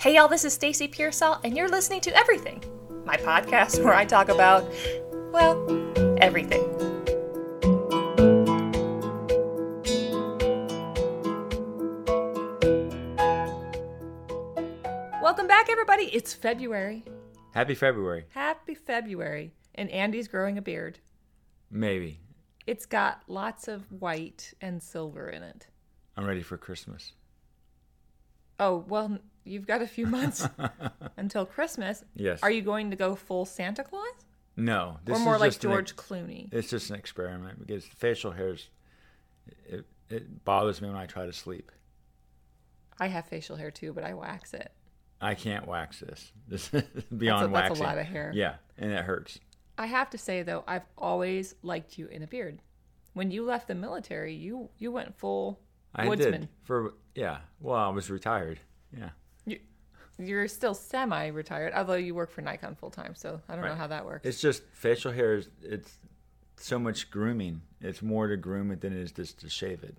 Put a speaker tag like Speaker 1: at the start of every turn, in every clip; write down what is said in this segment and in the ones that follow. Speaker 1: Hey y'all, this is Stacy Pearsall, and you're listening to Everything, my podcast where I talk about, well, everything. Welcome back, everybody. It's February.
Speaker 2: Happy February.
Speaker 1: Happy February. And Andy's growing a beard.
Speaker 2: Maybe.
Speaker 1: It's got lots of white and silver in it.
Speaker 2: I'm ready for Christmas.
Speaker 1: Oh, well, you've got a few months until Christmas.
Speaker 2: Yes.
Speaker 1: Are you going to go full Santa Claus?
Speaker 2: No.
Speaker 1: or more like
Speaker 2: just an-
Speaker 1: George Clooney?
Speaker 2: it's just an experiment because facial hairs, it, it bothers me when I try to sleep.
Speaker 1: I have facial hair too, but I wax it.
Speaker 2: I can't wax this. This is beyond
Speaker 1: that's a
Speaker 2: waxing.
Speaker 1: lot of hair.
Speaker 2: Yeah, and it hurts.
Speaker 1: I have to say though, I've always liked you in a beard. When you left the military, you you went full
Speaker 2: I
Speaker 1: woodsman.
Speaker 2: did for yeah. Well, I was retired. Yeah.
Speaker 1: You're still semi-retired, although you work for Nikon full time. So I don't know
Speaker 2: Right.
Speaker 1: how that works.
Speaker 2: It's just facial hair is it's so much grooming. It's more to groom it than it is just to shave it.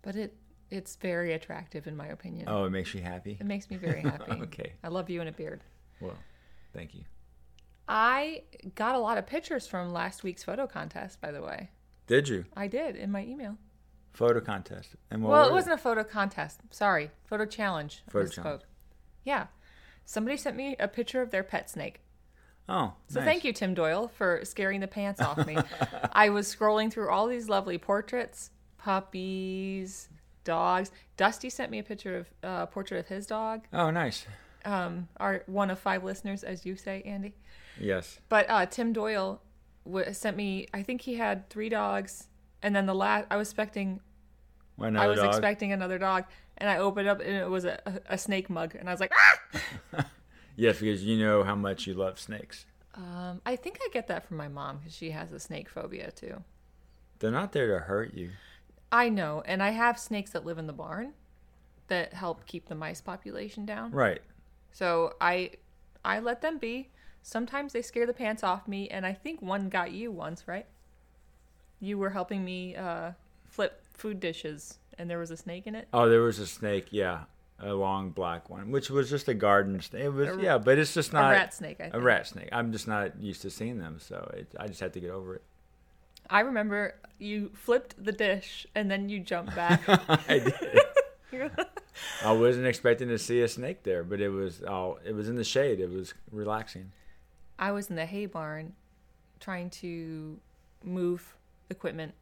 Speaker 1: but it it's very attractive in my opinion.
Speaker 2: Oh, it makes you happy.
Speaker 1: It makes me very happy.
Speaker 2: Okay.
Speaker 1: I love you in a beard.
Speaker 2: Well, thank you.
Speaker 1: I got a lot of pictures from last week's photo contest, by the way.
Speaker 2: Did you
Speaker 1: I did in my email.
Speaker 2: photo contest? And what
Speaker 1: well,
Speaker 2: were
Speaker 1: it
Speaker 2: they?
Speaker 1: wasn't a photo contest. Sorry, photo challenge. I
Speaker 2: Photo
Speaker 1: misspoke.
Speaker 2: challenge.
Speaker 1: Yeah, somebody sent me a picture of their pet snake.
Speaker 2: Oh,
Speaker 1: So thank you, Tim Doyle, for scaring the pants off me. I was scrolling through all these lovely portraits, puppies, dogs. Dusty sent me a picture of uh, a portrait of his dog.
Speaker 2: Oh, nice.
Speaker 1: Um, our one of five listeners, as you say, Andy.
Speaker 2: Yes.
Speaker 1: But uh, Tim Doyle w- sent me. I think he had three dogs, and then the last. I was expecting.
Speaker 2: Why not?
Speaker 1: I was
Speaker 2: dog?
Speaker 1: expecting another dog, and I opened up, and it was a, a- a snake mug, and I was like, ah!
Speaker 2: yes, because you know how much you love snakes.
Speaker 1: Um, I think I get that from my mom because she has a snake phobia too.
Speaker 2: They're not there to hurt you.
Speaker 1: I know, and I have snakes that live in the barn that help keep the mice population down.
Speaker 2: Right.
Speaker 1: So I I let them be. Sometimes they scare the pants off me, and I think one got you once, right? You were helping me uh, flip food dishes, and there was a snake in it.
Speaker 2: Oh, there was a snake. Yeah, a long black one, which was just a garden snake. It was yeah, but it's just not
Speaker 1: a rat snake. I, think.
Speaker 2: a rat snake. I'm just not used to seeing them, so it, I just had to get over it.
Speaker 1: I remember you flipped the dish, and then you jumped back.
Speaker 2: I did. I wasn't expecting to see a snake there, but it was all it was in the shade. It was relaxing.
Speaker 1: I was in the hay barn trying to move equipment,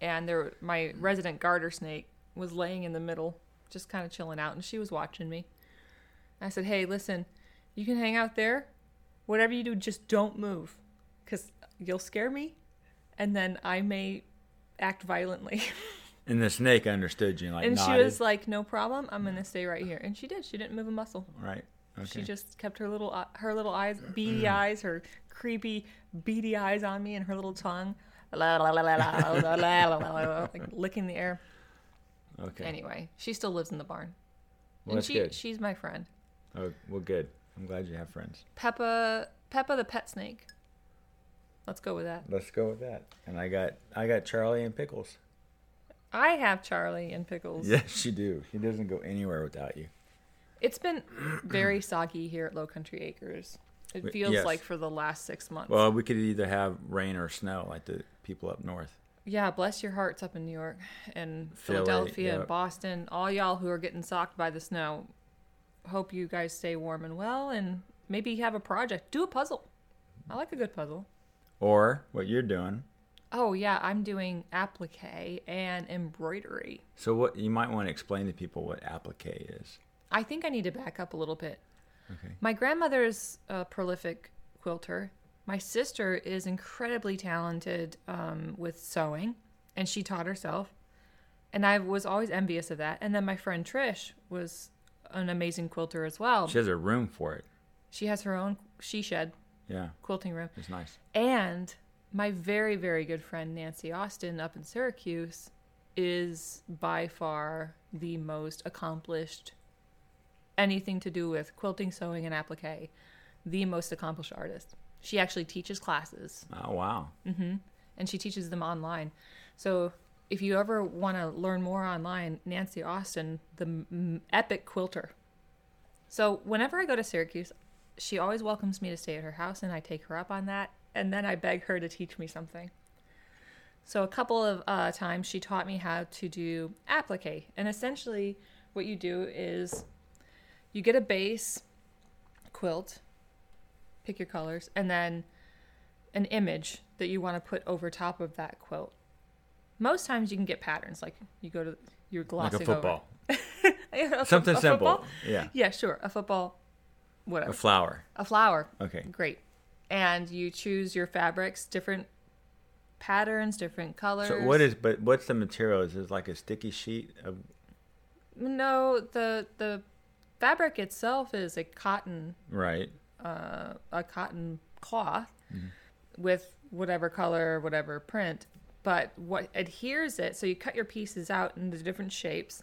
Speaker 1: and there my resident garter snake was laying in the middle, just kind of chilling out, and she was watching me. I said, "Hey, listen, you can hang out there. Whatever you do, just don't move, because you'll scare me, and then I may act violently."
Speaker 2: And the snake understood you, and, like
Speaker 1: and she
Speaker 2: nodded.
Speaker 1: was like, "No problem. I'm gonna stay right here." And she did. She didn't move a muscle.
Speaker 2: right. Okay. Mm.
Speaker 1: She just kept her little uh, her little eyes, beady eyes, her creepy beady eyes on me, and her little tongue, la, la, la, la, la, la, la, la, la, la, like licking the air.
Speaker 2: okay.
Speaker 1: Anyway, she still lives in the barn,
Speaker 2: well,
Speaker 1: and
Speaker 2: that's
Speaker 1: she
Speaker 2: good.
Speaker 1: she's my friend.
Speaker 2: oh, well, good. I'm glad you have friends.
Speaker 1: Peppa Peppa the pet snake. Let's go with that.
Speaker 2: Let's go with that. And I got I got Charlie and pickles.
Speaker 1: I have Charlie and Pickles.
Speaker 2: Yes, you do. He doesn't go anywhere without you.
Speaker 1: It's been very soggy here at Low Country Acres. It
Speaker 2: Wait,
Speaker 1: feels
Speaker 2: yes.
Speaker 1: like for the last six months.
Speaker 2: Well, we could either have rain or snow, like the people up north.
Speaker 1: Yeah, bless your hearts up in New York and
Speaker 2: Philly,
Speaker 1: Philadelphia and
Speaker 2: yep.
Speaker 1: Boston. All y'all who are getting socked by the snow, hope you guys stay warm and well and maybe have a project. Do a puzzle. I like a good puzzle.
Speaker 2: Or what you're doing.
Speaker 1: Oh, yeah, I'm doing applique and embroidery.
Speaker 2: So what you might want to explain to people what applique is.
Speaker 1: I think I need to back up a little bit.
Speaker 2: Okay.
Speaker 1: My grandmother is a prolific quilter. My sister is incredibly talented um, with sewing, and she taught herself. And I was always envious of that. And then my friend Trish was an amazing quilter as well.
Speaker 2: She has a room for it.
Speaker 1: She has her own she shed
Speaker 2: Yeah,
Speaker 1: quilting room.
Speaker 2: it's nice.
Speaker 1: And my very, very good friend Nancy Austin up in Syracuse is by far the most accomplished anything to do with quilting, sewing, and applique, the most accomplished artist. She actually teaches classes
Speaker 2: Oh wow.
Speaker 1: and she teaches them online. So if you ever want to learn more online, Nancy Austin, the m- epic quilter, So whenever I go to Syracuse, she always welcomes me to stay at her house, and I take her up on that. And then I beg her to teach me something. So a couple of uh, times she taught me how to do applique, and essentially what you do is you get a base quilt, pick your colors, and then an image that you want to put over top of that quilt. Most times you can get patterns like you go to you're
Speaker 2: like
Speaker 1: glossing
Speaker 2: a football,
Speaker 1: over Yeah, a fo-
Speaker 2: something
Speaker 1: a
Speaker 2: simple.
Speaker 1: football?
Speaker 2: Yeah,
Speaker 1: Yeah, sure, a football, whatever,
Speaker 2: a flower.
Speaker 1: a flower.
Speaker 2: Okay,
Speaker 1: Great, and you choose your fabrics, different patterns, different colors.
Speaker 2: so what is? But what's the material? Is it like a sticky sheet of
Speaker 1: No, the the fabric itself is a cotton
Speaker 2: right?
Speaker 1: uh, a cotton cloth with whatever color, whatever print. But what adheres it, so you cut your pieces out into different shapes,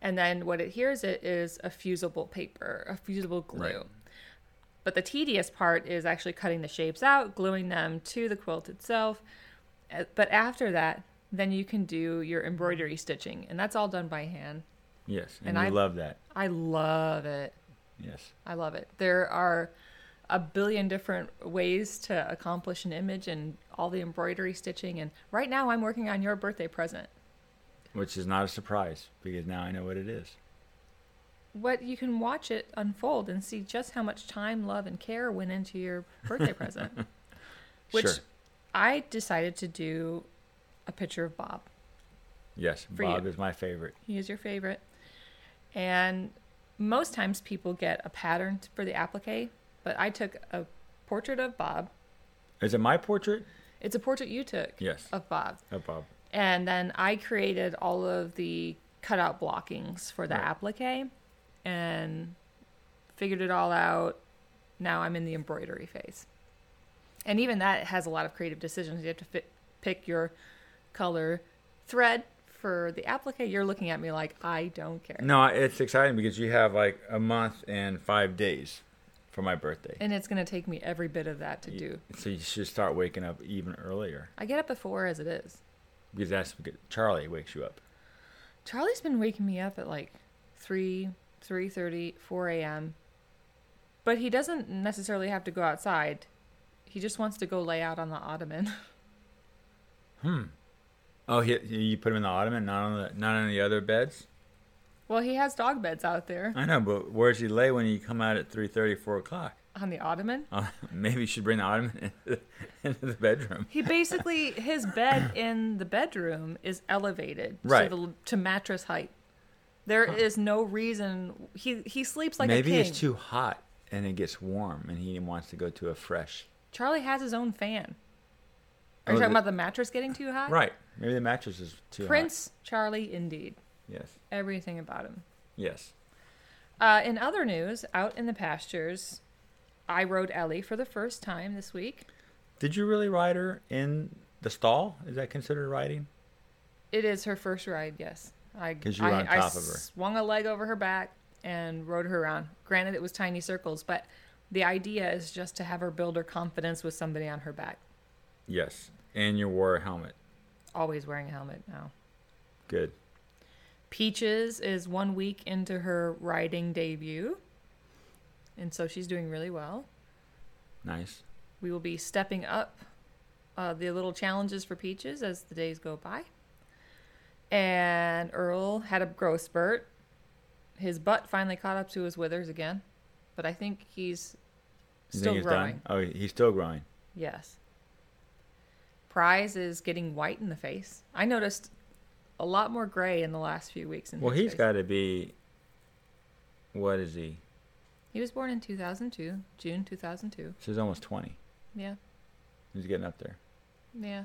Speaker 1: and then what adheres it is a fusible paper, a fusible glue.
Speaker 2: Right.
Speaker 1: But the tedious part is actually cutting the shapes out, gluing them to the quilt itself. Uh, But after that, then you can do your embroidery stitching, and that's all done by hand.
Speaker 2: Yes, and,
Speaker 1: And
Speaker 2: you
Speaker 1: I-
Speaker 2: love that.
Speaker 1: I love it.
Speaker 2: Yes,
Speaker 1: I love it. There are a billion different ways to accomplish an image and all the embroidery stitching. And right now, I'm working on your birthday present.
Speaker 2: which is not a surprise because now I know what it is.
Speaker 1: What you can watch it unfold and see just how much time, love, and care went into your birthday present. Which
Speaker 2: Sure.
Speaker 1: I decided to do a picture of Bob.
Speaker 2: Yes,
Speaker 1: For you.
Speaker 2: Bob is my favorite.
Speaker 1: He is your favorite. And most times people get a pattern for the applique, but I took a portrait of Bob.
Speaker 2: Is it my portrait?
Speaker 1: It's a portrait you took
Speaker 2: Yes,
Speaker 1: of Bob.
Speaker 2: of Bob.
Speaker 1: and then I created all of the cutout blockings for the
Speaker 2: Right.
Speaker 1: applique and figured it all out. Now I'm in the embroidery phase. And even that has a lot of creative decisions. You have to fit, pick your color thread for the applique. You're looking at me like, I don't care.
Speaker 2: No, it's exciting because you have like a month and five days for my birthday.
Speaker 1: And it's going to take me every bit of that to
Speaker 2: You-
Speaker 1: do.
Speaker 2: So you should start waking up even earlier
Speaker 1: I get up at four as it is.
Speaker 2: because that's because Charlie wakes you up.
Speaker 1: Charlie's been waking me up at like 3, 3.30, 4 a.m. But he doesn't necessarily have to go outside. He just wants to go lay out on the ottoman.
Speaker 2: Oh, he, you put him in the ottoman, not on the not on the other beds.
Speaker 1: well, he has dog beds out there
Speaker 2: I know, but where does he lay when you come out at three thirty, four o'clock?
Speaker 1: on the ottoman.
Speaker 2: Uh, maybe you should bring the ottoman into the, into the bedroom.
Speaker 1: He basically, his bed in the bedroom is elevated
Speaker 2: Right.
Speaker 1: to, the, to mattress height. There is no reason. He, he sleeps like
Speaker 2: maybe
Speaker 1: a king.
Speaker 2: it's too hot and it gets warm, and he wants to go to a fresh.
Speaker 1: Charlie has his own fan. Are you
Speaker 2: Oh,
Speaker 1: talking
Speaker 2: the-
Speaker 1: about the mattress getting too hot?
Speaker 2: Right. Maybe the mattress is too
Speaker 1: Prince Charlie, indeed.
Speaker 2: hot. Yes.
Speaker 1: Everything about him.
Speaker 2: Yes.
Speaker 1: Uh, in other news, out in the pastures, I rode Ellie for the first time this week.
Speaker 2: Did you really ride her in the stall? Is that considered riding?
Speaker 1: It is her first ride, yes. I,
Speaker 2: 'Cause you were
Speaker 1: I-
Speaker 2: on
Speaker 1: I
Speaker 2: top of her.
Speaker 1: swung a leg over her back and rode her around. Granted, it was tiny circles, but the idea is just to have her build her confidence with somebody on her back.
Speaker 2: Yes. And you wore a helmet.
Speaker 1: Always wearing a helmet now.
Speaker 2: Good.
Speaker 1: Peaches is one week into her riding debut, and so she's doing really well.
Speaker 2: Nice.
Speaker 1: We will be stepping up uh, the little challenges for Peaches as the days go by. And Earl had a growth spurt. His butt finally caught up to his withers again, but I think he's
Speaker 2: You
Speaker 1: still
Speaker 2: think he's
Speaker 1: growing.
Speaker 2: done? Oh, he's still growing.
Speaker 1: Yes. Prize is getting white in the face. I noticed a lot more gray in the last few weeks. In
Speaker 2: Well,
Speaker 1: his
Speaker 2: he's
Speaker 1: face.
Speaker 2: got to be. What is he?
Speaker 1: He was born in 2002, June 2002.
Speaker 2: So he's almost 20.
Speaker 1: Yeah,
Speaker 2: He's getting up there.
Speaker 1: yeah.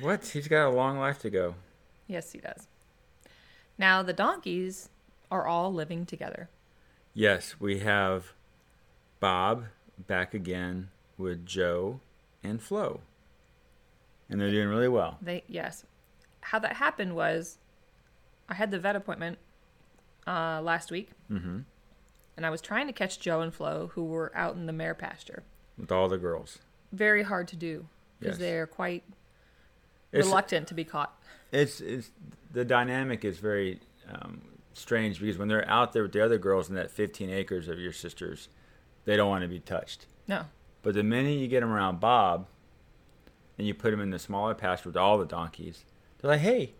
Speaker 2: What? He's got a long life to go.
Speaker 1: Yes, he does. Now, the donkeys are all living together.
Speaker 2: Yes, we have Bob back again with Joe and Flo. And they're doing really well.
Speaker 1: They yes. How that happened was, I had the vet appointment uh, last week,
Speaker 2: Mm-hmm.
Speaker 1: and I was trying to catch Joe and Flo, who were out in the mare pasture.
Speaker 2: With all the girls.
Speaker 1: Very hard to do because
Speaker 2: Yes.
Speaker 1: they're quite
Speaker 2: It's,
Speaker 1: reluctant to be caught.
Speaker 2: it's it's the dynamic is very um, strange because when they're out there with the other girls in that 15 acres of your sisters, they don't want to be touched.
Speaker 1: No.
Speaker 2: But the minute you get them around Bob and you put them in the smaller pasture with all the donkeys, they're like, hey,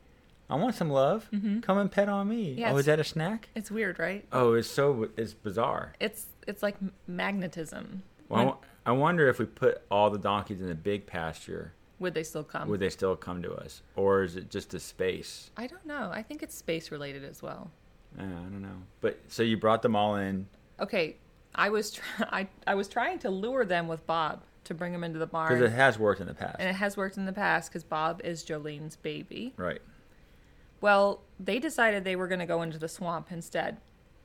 Speaker 2: I want some love. Come and pet on me.
Speaker 1: Yeah,
Speaker 2: oh,
Speaker 1: it's-
Speaker 2: is that a snack?
Speaker 1: It's weird, right?
Speaker 2: Oh, it's so, it's bizarre.
Speaker 1: It's it's like m- magnetism.
Speaker 2: Well, I
Speaker 1: When-
Speaker 2: wo- I wonder if we put all the donkeys in the big pasture,
Speaker 1: would they still come?
Speaker 2: would they still come to us? Or is it just a space?
Speaker 1: I don't know. I think it's space related as well.
Speaker 2: Uh, I don't know. But so you brought them all in.
Speaker 1: Okay, I was try- I I was trying to lure them with Bob to bring them into the barn,
Speaker 2: Because it has worked in the past.
Speaker 1: and it has worked in the past because Bob is Jolene's baby.
Speaker 2: Right.
Speaker 1: Well, they decided they were going to go into the swamp instead,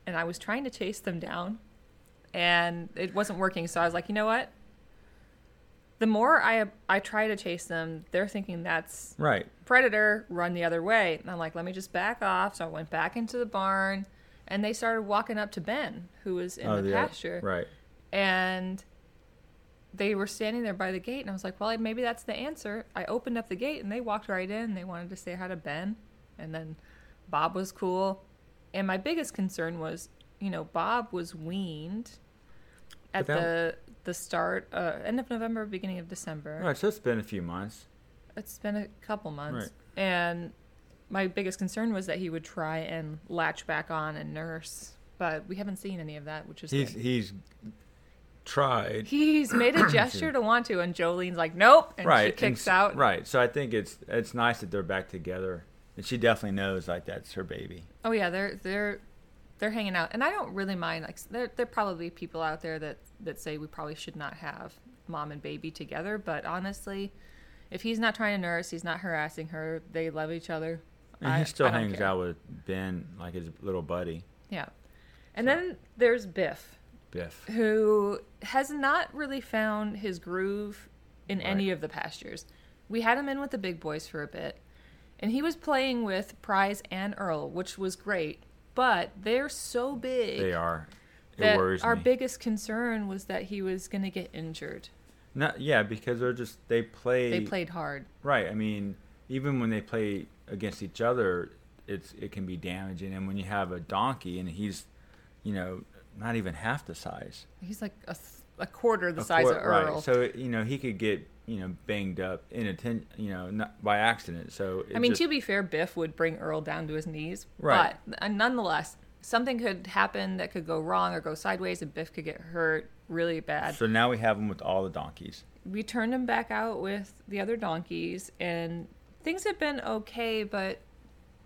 Speaker 1: and I was trying to chase them down, and it wasn't working. So I was like, you know what? The more I I try to chase them, they're thinking that's
Speaker 2: Right.
Speaker 1: predator run the other way and i'm like let me just back off so i went back into the barn and they started walking up to ben who was in the,
Speaker 2: Oh, yeah.
Speaker 1: pasture
Speaker 2: Right.
Speaker 1: and they were standing there by the gate and i was like well maybe that's the answer i opened up the gate and they walked right in they wanted to say hi to ben and then bob was cool and my biggest concern was you know bob was weaned at
Speaker 2: But
Speaker 1: the the start uh, end of november beginning of december
Speaker 2: All right. So it's been a few months.
Speaker 1: it's been a couple months.
Speaker 2: Right.
Speaker 1: And my biggest concern was that he would try and latch back on and nurse, but we haven't seen any of that, which is
Speaker 2: He's
Speaker 1: good.
Speaker 2: he's tried.
Speaker 1: He's made a gesture to want to, and Jolene's like, "Nope," and
Speaker 2: right.
Speaker 1: she kicks
Speaker 2: and s-
Speaker 1: out.
Speaker 2: Right. So I think it's it's nice that they're back together, and she definitely knows like that's her baby.
Speaker 1: Oh yeah, they're they're they're hanging out, and I don't really mind. Like, there there are probably people out there that that say we probably should not have mom and baby together, but honestly, if he's not trying to nurse, he's not harassing her. They love each other.
Speaker 2: And
Speaker 1: I-
Speaker 2: he still
Speaker 1: I don't
Speaker 2: hangs
Speaker 1: care.
Speaker 2: out with Ben, like his little buddy
Speaker 1: Yeah, and then there's Biff.
Speaker 2: Biff.
Speaker 1: who has not really found his groove in any
Speaker 2: Right.
Speaker 1: of the pastures. We had him in with the big boys for a bit, and he was playing with Prize and Earl, which was great. But they're so big
Speaker 2: They are. It
Speaker 1: that
Speaker 2: worries
Speaker 1: our
Speaker 2: me.
Speaker 1: biggest concern was that he was going to get injured.
Speaker 2: No, yeah, because they're just they play.
Speaker 1: They played hard.
Speaker 2: Right. I mean, even when they play against each other, it's it can be damaging. And when you have a donkey and he's, you know, not even half the size.
Speaker 1: He's like a, th- a quarter the
Speaker 2: Of
Speaker 1: size
Speaker 2: cour-
Speaker 1: of Earl.
Speaker 2: Right. So you know he could get you know banged up in a ten, you know not by accident. So it
Speaker 1: I mean,
Speaker 2: just-
Speaker 1: to be fair, Biff would bring Earl down to his knees.
Speaker 2: Right.
Speaker 1: But uh, nonetheless, something could happen that could go wrong or go sideways, and Biff could get hurt really bad.
Speaker 2: So now we have him with all the donkeys.
Speaker 1: we turned him back out with the other donkeys, and things have been okay, but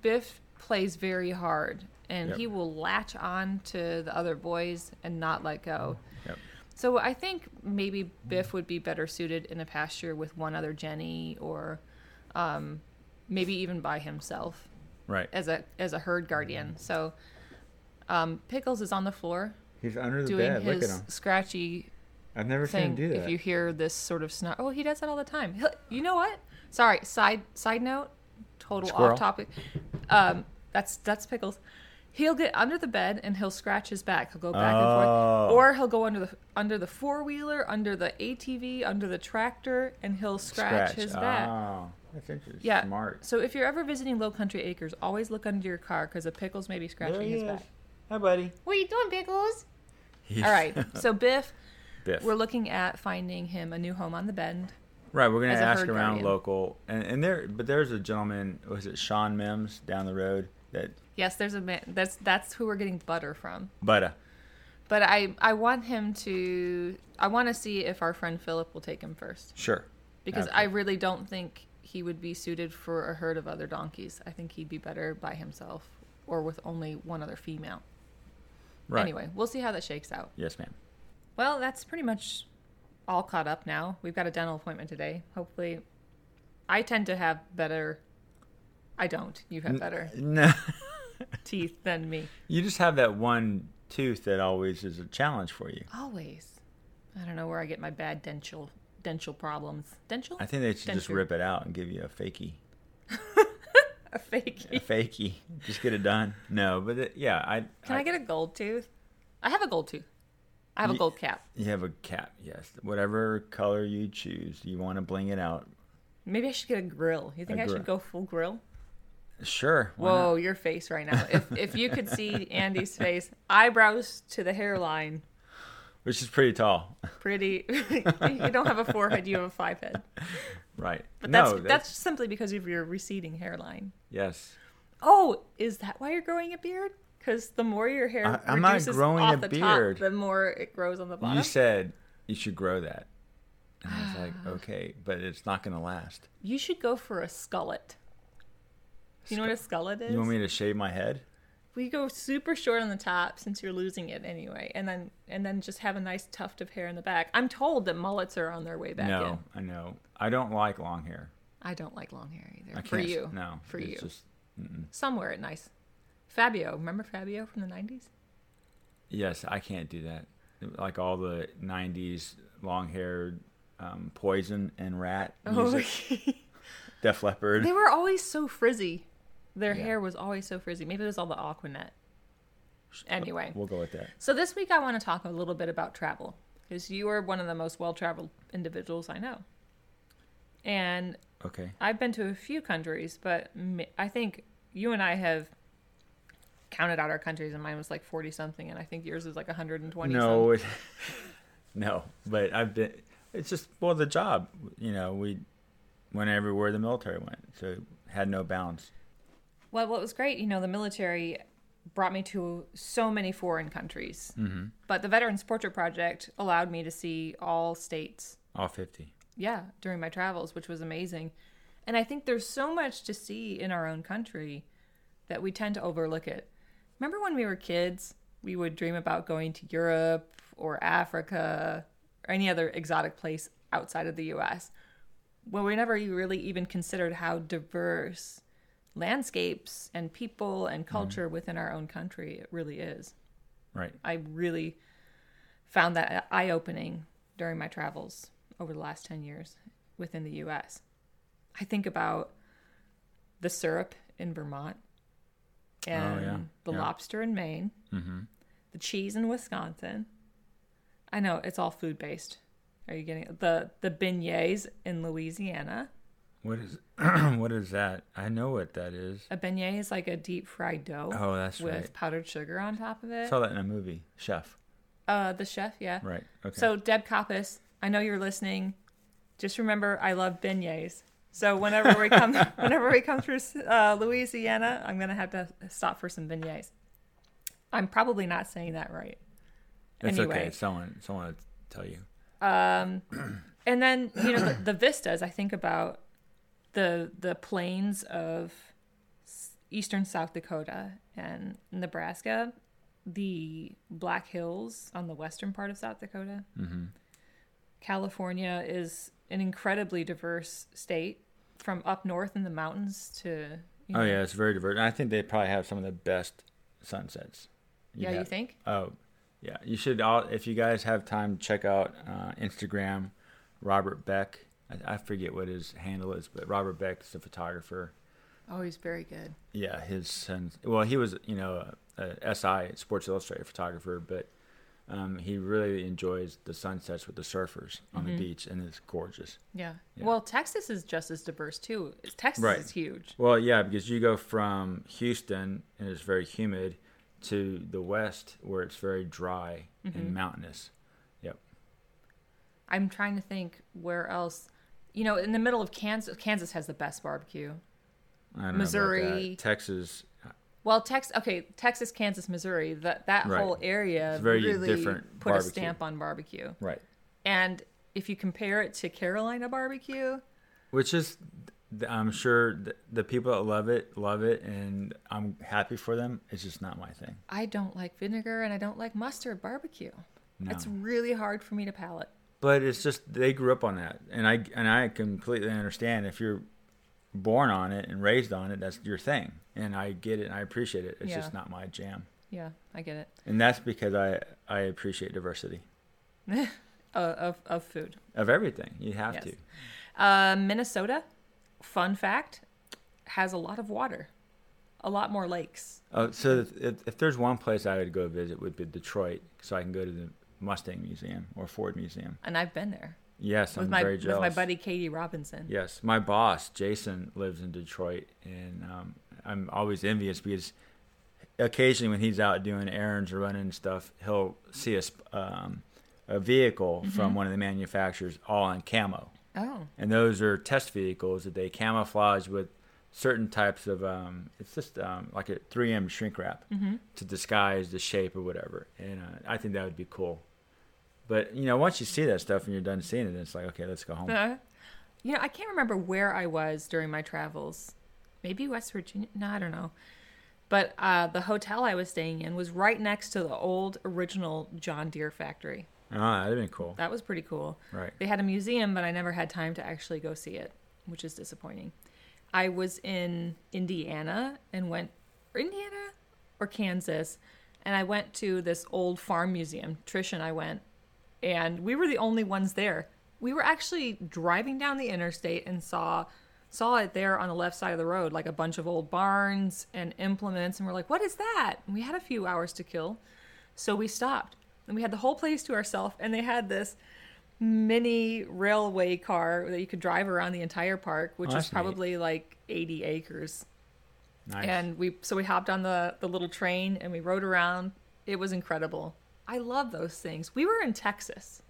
Speaker 1: Biff plays very hard, and
Speaker 2: Yep.
Speaker 1: he will latch on to the other boys and not let go.
Speaker 2: Yep.
Speaker 1: So I think maybe Biff would be better suited in a pasture with one other Jenny or um, maybe even by himself
Speaker 2: Right.
Speaker 1: as a as a herd guardian. So um, Pickles is on the floor
Speaker 2: He's under the
Speaker 1: doing
Speaker 2: bed. Look at
Speaker 1: his
Speaker 2: him.
Speaker 1: scratchy
Speaker 2: I've never seen
Speaker 1: thing.
Speaker 2: him do that.
Speaker 1: If you hear this sort of snarl, oh, he does that all the time. He'll, you know what? Sorry. Side side note, total
Speaker 2: Squirrel.
Speaker 1: off topic. Um, that's that's Pickles. He'll get under the bed and he'll scratch his back. He'll go back and
Speaker 2: Oh.
Speaker 1: forth, or he'll go under the under the four wheeler, under the ATV, under the tractor, and he'll scratch, his back.
Speaker 2: Oh, that's interesting.
Speaker 1: Yeah.
Speaker 2: Smart.
Speaker 1: So if you're ever visiting Low Country Acres, always look under your car because the pickles may be
Speaker 2: There
Speaker 1: scratching
Speaker 2: he
Speaker 1: his
Speaker 2: is.
Speaker 1: back.
Speaker 2: Hi, buddy.
Speaker 1: What are you doing, pickles? All right. So Biff,
Speaker 2: Biff.
Speaker 1: we're looking at finding him a new home on the Bend.
Speaker 2: Right, we're gonna
Speaker 1: as a
Speaker 2: ask
Speaker 1: herd
Speaker 2: around
Speaker 1: guardian.
Speaker 2: local, and, and there, but there's a gentleman. Was it Sean Mims down the road that
Speaker 1: Yes, there's a man. That's that's who we're getting butter from.
Speaker 2: Butta?
Speaker 1: But I I want him to. I want to see if our friend Philip will take him first
Speaker 2: Sure,
Speaker 1: because
Speaker 2: Okay.
Speaker 1: I really don't think he would be suited for a herd of other donkeys. I think he'd be better by himself or with only one other female.
Speaker 2: right.
Speaker 1: Anyway, we'll see how that shakes out.
Speaker 2: yes, ma'am.
Speaker 1: Well, that's pretty much all caught up now. We've got a dental appointment today. Hopefully, I tend to have better. I don't. You have better
Speaker 2: No,
Speaker 1: teeth than me.
Speaker 2: you just have that one tooth that always is a challenge for you.
Speaker 1: Always. I don't know where I get my bad dental dental problems. Dental?
Speaker 2: I think they should just
Speaker 1: Denture.
Speaker 2: rip it out and give you a fakie,
Speaker 1: a fake.
Speaker 2: a fakie. just get it done. No, but it, yeah, I
Speaker 1: Can I, get a gold tooth? I have a gold tooth. I have a
Speaker 2: Ye-
Speaker 1: gold cap.
Speaker 2: You have a cap, yes. Whatever color you choose, you want to bling it out.
Speaker 1: Maybe I should get a grill. You think
Speaker 2: A
Speaker 1: I
Speaker 2: grill.
Speaker 1: should go full grill?
Speaker 2: Sure. why not?
Speaker 1: Whoa, your face right now. If if you could see Andy's face, eyebrows to the hairline,
Speaker 2: Which is pretty tall.
Speaker 1: pretty. you don't have a forehead, you have a five head.
Speaker 2: right.
Speaker 1: But
Speaker 2: no,
Speaker 1: that's, that's simply because of your receding hairline.
Speaker 2: yes.
Speaker 1: Oh, is that why you're growing a beard? Because the more your hair
Speaker 2: I- I'm not
Speaker 1: reduces
Speaker 2: growing
Speaker 1: off
Speaker 2: a
Speaker 1: the
Speaker 2: beard.
Speaker 1: top, the more it grows on the bottom.
Speaker 2: You said you should grow that. And I was like, okay, but it's not going to last.
Speaker 1: You should go for a skullet. Do you know what a skullet is?
Speaker 2: You want me to shave my head?
Speaker 1: we go super short on the top since you're losing it anyway, and then and then just have a nice tuft of hair in the back. I'm told that mullets are on their way back
Speaker 2: no,
Speaker 1: in.
Speaker 2: I know. I don't like long hair.
Speaker 1: I don't like long hair either.
Speaker 2: I
Speaker 1: for
Speaker 2: can't.
Speaker 1: you,
Speaker 2: No.
Speaker 1: for
Speaker 2: it's
Speaker 1: you,
Speaker 2: Just,
Speaker 1: somewhere it nice. Fabio, remember Fabio from the '90s?
Speaker 2: yes, I can't do that. Like all the 90s long haired um, poison and rat music,
Speaker 1: Oh,
Speaker 2: Def Leppard.
Speaker 1: they were always so frizzy. Their
Speaker 2: Yeah.
Speaker 1: hair was always so frizzy. Maybe it was all the Aquanet. Anyway,
Speaker 2: We'll go with that.
Speaker 1: So this week I want to talk a little bit about travel because you are one of the most well-traveled individuals I know. And
Speaker 2: Okay.
Speaker 1: I've been to a few countries, but m- I think you and I have counted out our countries and mine was like 40 something and I think yours is like 120
Speaker 2: No, it, no, but I've been. It's just well, the job. You know, we went everywhere the military went, so had no bounds.
Speaker 1: Well, what was great, you know, the military brought me to so many foreign countries. Mm-hmm. But the Veterans Portrait Project allowed me to see all states
Speaker 2: All fifty.
Speaker 1: yeah during my travels which was amazing and i think there's so much to see in our own country that we tend to overlook it remember when we were kids we would dream about going to europe or africa or any other exotic place outside of the us well we never e-, really even considered how diverse landscapes and people and culture within our own country really is
Speaker 2: Right.
Speaker 1: I really found that eye opening during my travels over the last 10 years within the US. I think about the syrup in Vermont and
Speaker 2: Oh, yeah,
Speaker 1: the
Speaker 2: yeah. Mm-hmm.
Speaker 1: lobster in Maine, the cheese in Wisconsin. I know it's all food based. Are you getting it? the the beignets in Louisiana?
Speaker 2: What is what is that? I know what that is.
Speaker 1: A beignet is like a deep fried dough
Speaker 2: Oh, that's
Speaker 1: with
Speaker 2: right.
Speaker 1: powdered sugar on top of
Speaker 2: I
Speaker 1: it.
Speaker 2: saw that in a movie. Chef.
Speaker 1: uh, the chef, yeah.
Speaker 2: Right. Okay.
Speaker 1: So Deb Coppice, I know you're listening. Just remember, I love beignets. So whenever we come, whenever we come through uh, Louisiana, I'm gonna have to stop for some beignets. I'm probably not saying that right.
Speaker 2: that's
Speaker 1: anyway.
Speaker 2: okay. Someone someone will tell you.
Speaker 1: And then you know the, the vistas. I think about the the plains of s- eastern South Dakota and Nebraska, the Black Hills on the western part of South Dakota.
Speaker 2: Mm-hmm.
Speaker 1: California is an incredibly diverse state, from up north in the mountains to you
Speaker 2: Oh yeah, it's very diverse. And I think they probably have some of the best sunsets.
Speaker 1: yeah, you
Speaker 2: have-
Speaker 1: think
Speaker 2: Oh, yeah. You should all, if you guys have time, check out uh, Instagram, Robert Beck. I, I forget what his handle is, but Robert Beck is a photographer.
Speaker 1: oh he's very good.
Speaker 2: Yeah, his son. Well, he was, you know, a, a SI Sports Illustrated photographer, but um, he really enjoys the sunsets with the surfers on the beach, and it's gorgeous.
Speaker 1: Yeah.
Speaker 2: Yeah.
Speaker 1: Well, Texas is just as diverse too. Texas
Speaker 2: Right.
Speaker 1: is huge.
Speaker 2: Well, yeah, because you go from Houston and it's very humid to the west where it's very dry and mountainous. Yep.
Speaker 1: I'm trying to think where else. You know, in the middle of Kansas, Kansas has the best barbecue.
Speaker 2: I don't know about that.
Speaker 1: Missouri.
Speaker 2: Texas,
Speaker 1: Well, Tex okay, Texas, Kansas, Missouri, that that
Speaker 2: Right.
Speaker 1: whole area
Speaker 2: It's very
Speaker 1: really
Speaker 2: different
Speaker 1: put
Speaker 2: barbecue.
Speaker 1: a stamp on barbecue.
Speaker 2: right?
Speaker 1: And if you compare it to Carolina barbecue,
Speaker 2: which is th- i'm sure th- the people that love it love it and i'm happy for them it's just not my thing
Speaker 1: I don't like vinegar and I don't like mustard barbecue.
Speaker 2: no.
Speaker 1: It's really hard for me to palate.
Speaker 2: but it's just they grew up on that and i and i completely understand if you're born on it and raised on it that's your thing and i get it and i appreciate it it's
Speaker 1: Yeah.
Speaker 2: just not my jam
Speaker 1: Yeah, I get it.
Speaker 2: and that's because i i appreciate diversity
Speaker 1: Uh, of of food.
Speaker 2: of everything you have
Speaker 1: Yes.
Speaker 2: to
Speaker 1: Uh, Minnesota, fun fact, has a lot of water. A lot more lakes.
Speaker 2: oh so if, if, if there's one place i would go visit would be detroit so i can go to the mustang museum or ford museum
Speaker 1: And I've been there
Speaker 2: yes
Speaker 1: with
Speaker 2: i'm
Speaker 1: my
Speaker 2: very
Speaker 1: with
Speaker 2: jealous
Speaker 1: my buddy Katie Robinson.
Speaker 2: Yes, my boss Jason lives in Detroit, and um, I'm always envious because occasionally when he's out doing errands or running stuff, he'll see a sp- um, a vehicle from one of the manufacturers all in camo,
Speaker 1: Oh,
Speaker 2: and those are test vehicles that they camouflage with certain types of um, it's just um, like a 3M shrink wrap to disguise the shape or whatever. And uh, I think that would be cool. But you know, once you see that stuff and you're done seeing it, it's like okay, let's go home.
Speaker 1: Uh, you know, I can't remember where I was during my travels. Maybe West Virginia. No, I don't know. But uh, the hotel I was staying in was right next to the old original John Deere factory.
Speaker 2: Oh, that'd been cool,
Speaker 1: That was pretty cool.
Speaker 2: right?
Speaker 1: They had a museum, but I never had time to actually go see it, which is disappointing. I was in Indiana and went, or Indiana or Kansas, and I went to this old farm museum. Trish and I went, and we were the only ones there. We were actually driving down the interstate and saw saw it there on the left side of the road, like a bunch of old barns and implements, and we're like, "What is that?" And we had a few hours to kill, so we stopped, and we had the whole place to ourselves. And they had this mini railway car that you could drive around the entire park, which
Speaker 2: Oh,
Speaker 1: is
Speaker 2: that's neat.
Speaker 1: probably like 80 acres.
Speaker 2: Nice.
Speaker 1: And we so we hopped on the the little train and we rode around. It was incredible. I love those things. We were in Texas.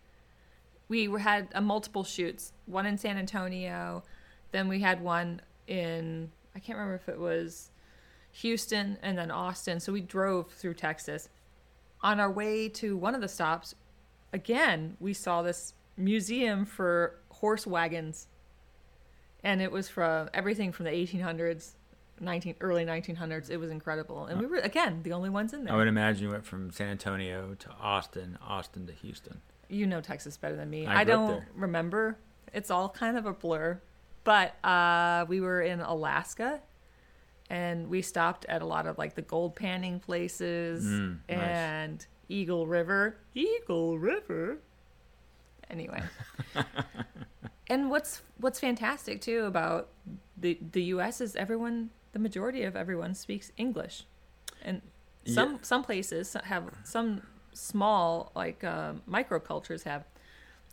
Speaker 1: We were, had a multiple shoots. One in San Antonio, then we had one in I can't remember if it was Houston and then Austin. So we drove through Texas. On our way to one of the stops, again, we saw this museum for horse wagons. And it was from everything from the 1800s, 19 early 1900s. It was incredible. And we were again the only ones in
Speaker 2: I
Speaker 1: there.
Speaker 2: would imagine you went from San Antonio to Austin, Austin to Houston.
Speaker 1: You know Texas better than me.
Speaker 2: I
Speaker 1: I,
Speaker 2: grew up
Speaker 1: don't
Speaker 2: there.
Speaker 1: remember. It's all kind of a blur. But uh, we were in Alaska and we stopped at a lot of like the gold panning places
Speaker 2: Mm, nice.
Speaker 1: and Eagle River. Eagle River. Anyway. and what's what's fantastic too about the the US is everyone the majority of everyone speaks English. And some
Speaker 2: Yeah.
Speaker 1: some places have some small like um, microcultures have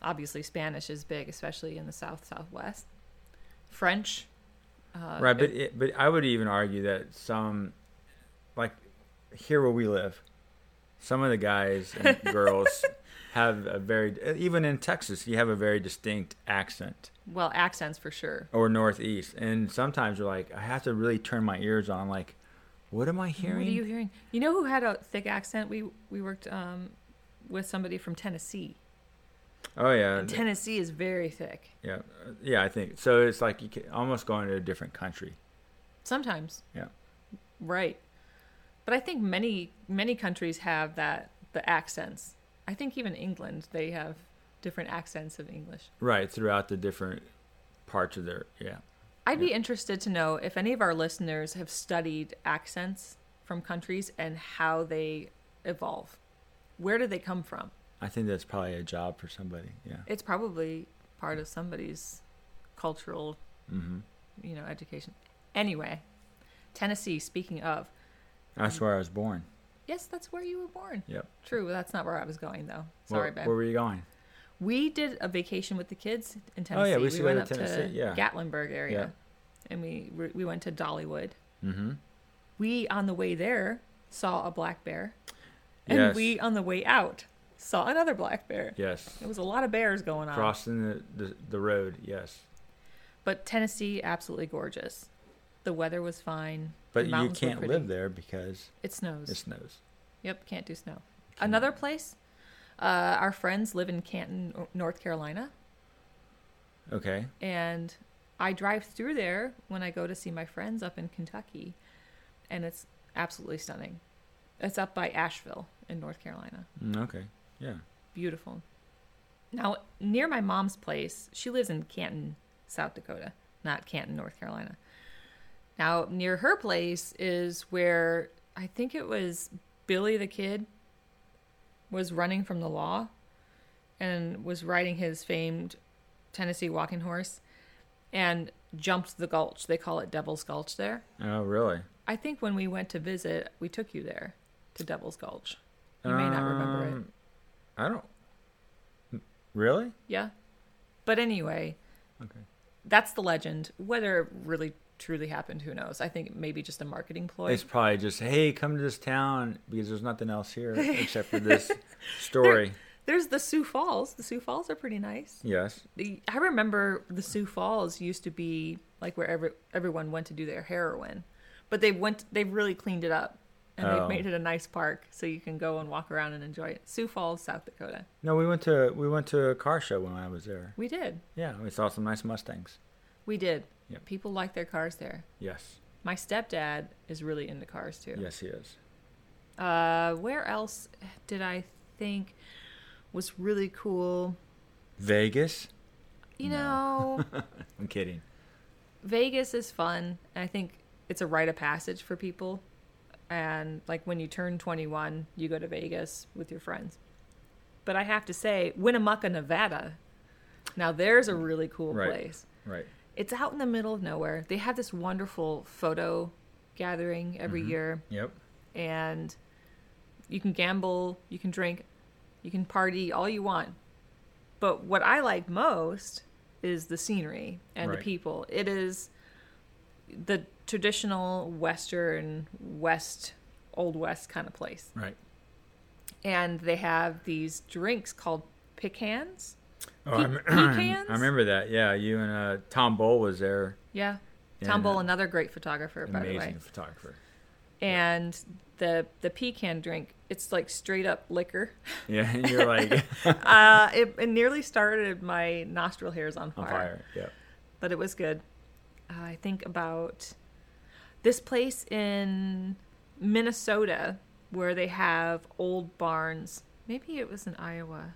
Speaker 1: obviously Spanish is big, especially in the South Southwest. French, uh,
Speaker 2: right, but it, but I would even argue that some, like, here where we live, some of the guys and girls have a very even in Texas you have a very distinct accent
Speaker 1: well, accents for sure.
Speaker 2: or Northeast, and sometimes you're like I have to really turn my ears on like, what am I hearing?
Speaker 1: What are you hearing? You know who had a thick accent? We we worked um, with somebody from Tennessee.
Speaker 2: oh yeah,
Speaker 1: And Tennessee is very thick.
Speaker 2: yeah, yeah. I think so. It's like you can, almost going to a different country.
Speaker 1: Sometimes.
Speaker 2: Yeah.
Speaker 1: Right. But I think many many countries have that the accents. I think even England they have different accents of English.
Speaker 2: Right, throughout the different parts of their yeah.
Speaker 1: I'd be interested to know if any of our listeners have studied accents from countries and how they evolve. Where do they come from?
Speaker 2: I think that's probably a job for somebody. Yeah.
Speaker 1: It's probably part of somebody's cultural,
Speaker 2: Mm-hmm.
Speaker 1: you know, education. Anyway, Tennessee, speaking of,
Speaker 2: That's where I was born.
Speaker 1: yes, that's where you were born.
Speaker 2: Yep.
Speaker 1: True, that's not where I was going though.
Speaker 2: where,
Speaker 1: Sorry, babe.
Speaker 2: Where were you going?
Speaker 1: We did a vacation with the kids in
Speaker 2: Oh,
Speaker 1: Tennessee.
Speaker 2: yeah, we used
Speaker 1: we
Speaker 2: to go
Speaker 1: went
Speaker 2: to
Speaker 1: up to
Speaker 2: Tennessee, yeah.
Speaker 1: Gatlinburg area, and we we went to Dollywood.
Speaker 2: Mm-hmm.
Speaker 1: We on the way there saw a black bear, and
Speaker 2: Yes.
Speaker 1: we on the way out saw another black bear.
Speaker 2: Yes.
Speaker 1: It was a lot of bears going on.
Speaker 2: Crossing the, the the road. Yes.
Speaker 1: But Tennessee, absolutely gorgeous. The weather was fine.
Speaker 2: But
Speaker 1: the
Speaker 2: you
Speaker 1: mountains were
Speaker 2: can't
Speaker 1: pretty.
Speaker 2: live there because
Speaker 1: It snows.
Speaker 2: it snows.
Speaker 1: Yep, can't do snow. Another place. Uh, our friends live in Canton, O- North Carolina,
Speaker 2: Okay.
Speaker 1: and I drive through there when I go to see my friends up in Kentucky, and it's absolutely stunning. It's up by Asheville in North Carolina.
Speaker 2: Mm, okay. Yeah.
Speaker 1: Beautiful. Now, near my mom's place, she lives in Canton, South Dakota, not Canton, North Carolina. Now, near her place is where I think it was Billy the Kid was running from the law and was riding his famed Tennessee walking horse and jumped the gulch. They call it Devil's Gulch there.
Speaker 2: Oh, really?
Speaker 1: I think when we went to visit, we took you there to Devil's Gulch. You may not remember it.
Speaker 2: Um, I don't. Really?
Speaker 1: Yeah. But anyway,
Speaker 2: Okay.
Speaker 1: that's the legend. Whether it really truly happened, who knows? I think maybe just a marketing ploy.
Speaker 2: It's probably just, hey, come to this town because there's nothing else here except for this story.
Speaker 1: There's the Sioux Falls. The Sioux Falls are pretty nice.
Speaker 2: yes.
Speaker 1: The, I remember the Sioux Falls used to be like where every, everyone went to do their heroin, but they went they've really cleaned it up and
Speaker 2: Oh.
Speaker 1: they've made it a nice park so you can go and walk around and enjoy it. Sioux Falls, South Dakota.
Speaker 2: No, we went to we went to a car show when I was there.
Speaker 1: We did,
Speaker 2: Yeah, we saw some nice Mustangs.
Speaker 1: we did.
Speaker 2: Yeah.
Speaker 1: People like their cars there.
Speaker 2: Yes.
Speaker 1: My stepdad is really into cars too.
Speaker 2: Yes, he is.
Speaker 1: Uh, where else did I think was really cool?
Speaker 2: Vegas?
Speaker 1: You
Speaker 2: No.
Speaker 1: know,
Speaker 2: I'm kidding.
Speaker 1: Vegas is fun. I think it's a rite of passage for people. And like when you turn 21, you go to Vegas with your friends. But I have to say, Winnemucca, Nevada. Now there's a really cool
Speaker 2: Right.
Speaker 1: place.
Speaker 2: Right.
Speaker 1: It's out in the middle of nowhere. They have this wonderful photo gathering every
Speaker 2: Mm-hmm.
Speaker 1: year.
Speaker 2: Yep.
Speaker 1: and you can gamble, you can drink, you can party all you want. But what I like most is the scenery and
Speaker 2: Right.
Speaker 1: the people. It is the traditional Western, West, Old West kind of place.
Speaker 2: Right.
Speaker 1: And they have these drinks called pecans.
Speaker 2: Oh, I,
Speaker 1: Pe-
Speaker 2: rem-
Speaker 1: pecans?
Speaker 2: I remember that. Yeah, you and uh, Tom Bowl was there.
Speaker 1: Yeah.
Speaker 2: Yeah,
Speaker 1: Tom
Speaker 2: and,
Speaker 1: Bull,
Speaker 2: uh,
Speaker 1: another great photographer, by the way.
Speaker 2: Amazing photographer.
Speaker 1: And the the pecan drink, it's like straight up liquor.
Speaker 2: Yeah, and you're like
Speaker 1: uh, it, it nearly started my nostril hairs on fire,
Speaker 2: on fire. Yep.
Speaker 1: but it was good. Uh, I think about this place in Minnesota where they have old barns. Maybe it was in Iowa,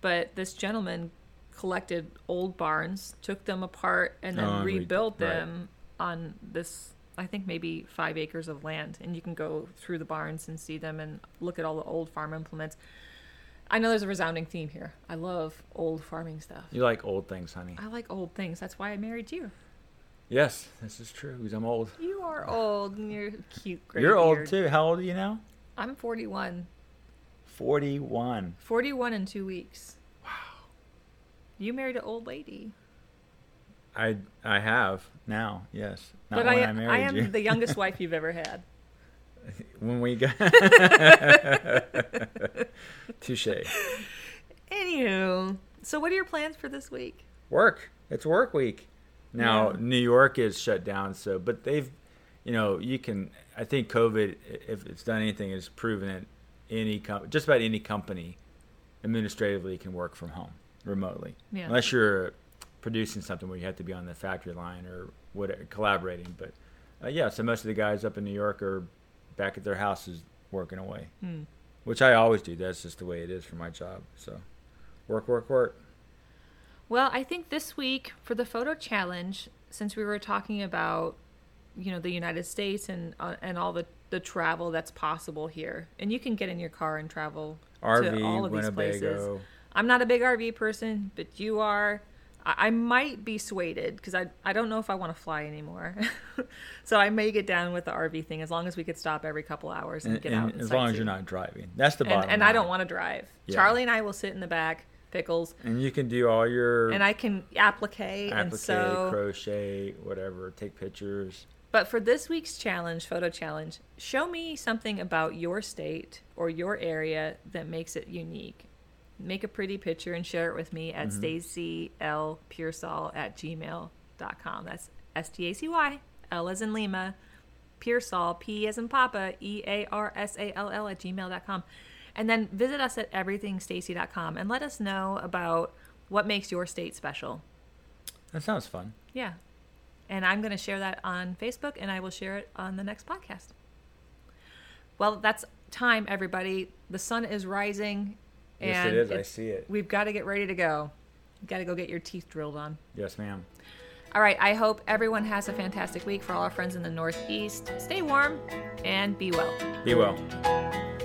Speaker 1: but this gentleman collected old barns, took them apart, and then
Speaker 2: Oh, and re-
Speaker 1: rebuilt
Speaker 2: right.
Speaker 1: them on this. I think maybe five acres of land, and you can go through the barns and see them and look at all the old farm implements. I know there's a resounding theme here. I love old farming stuff.
Speaker 2: You like old things, honey.
Speaker 1: I like old things. That's why I married you.
Speaker 2: Yes, this is true because I'm old.
Speaker 1: You are old and you're cute. Gray
Speaker 2: you're old
Speaker 1: beard.
Speaker 2: too. How old are you now?
Speaker 1: I'm 41.
Speaker 2: 41.
Speaker 1: 41 in two weeks. Wow. You married an old lady.
Speaker 2: I I have now. Yes. Not
Speaker 1: but
Speaker 2: when
Speaker 1: I,
Speaker 2: I, married
Speaker 1: I am
Speaker 2: you.
Speaker 1: the youngest wife you've ever had.
Speaker 2: when we got touche
Speaker 1: Anywho, so what are your plans for this week?
Speaker 2: work it's work week now
Speaker 1: Yeah.
Speaker 2: new york is shut down so but they've you know you can i think covid i- if it's done anything is proven that any com- just about any company administratively can work from home remotely
Speaker 1: Yeah.
Speaker 2: unless you're producing something where you have to be on the factory line or whatever collaborating but uh, yeah so most of the guys up in new york are back at their houses working away
Speaker 1: Hmm.
Speaker 2: which i always do that's just the way it is for my job so work work work
Speaker 1: Well, I think this week for the photo challenge, since we were talking about, you know, the United States and uh, and all the the travel that's possible here, and you can get in your car and travel to all
Speaker 2: rv
Speaker 1: of these places.
Speaker 2: winnebago
Speaker 1: I'm not a big RV person, but you are. I, I might be swayed because I I don't know if I want to fly anymore, so I may get down with the RV thing as long as we could stop every couple hours and,
Speaker 2: and,
Speaker 1: get
Speaker 2: and
Speaker 1: out. And
Speaker 2: as long as
Speaker 1: sightsee.
Speaker 2: you're not driving that's the bottom
Speaker 1: and, and
Speaker 2: line.
Speaker 1: I don't want to drive.
Speaker 2: Yeah.
Speaker 1: Charlie and I will sit in the back, pickles,
Speaker 2: and you can do all your
Speaker 1: and I can applique, and
Speaker 2: applique
Speaker 1: sew.
Speaker 2: crochet whatever take pictures
Speaker 1: But for this week's challenge, photo challenge, show me something about your state or your area that makes it unique. Make a pretty picture and share it with me at Stacy L Pearsall at gmail.com. That's S T A C Y, L as in Lima, Pearsall, P as in Papa, E A R S A L L at gmail.com. And then visit us at everythingstacy.com and let us know about what makes your state special.
Speaker 2: that sounds fun
Speaker 1: Yeah. And I'm going to share that on Facebook and I will share it on the next podcast. Well, that's time, everybody. The sun is rising.
Speaker 2: yes it
Speaker 1: and
Speaker 2: is i
Speaker 1: it's-
Speaker 2: see it
Speaker 1: We've got to get ready to go. You've got to go get your teeth drilled on.
Speaker 2: yes ma'am
Speaker 1: All right. I hope everyone has a fantastic week for all our friends in the Northeast. Stay warm and be well.
Speaker 2: be well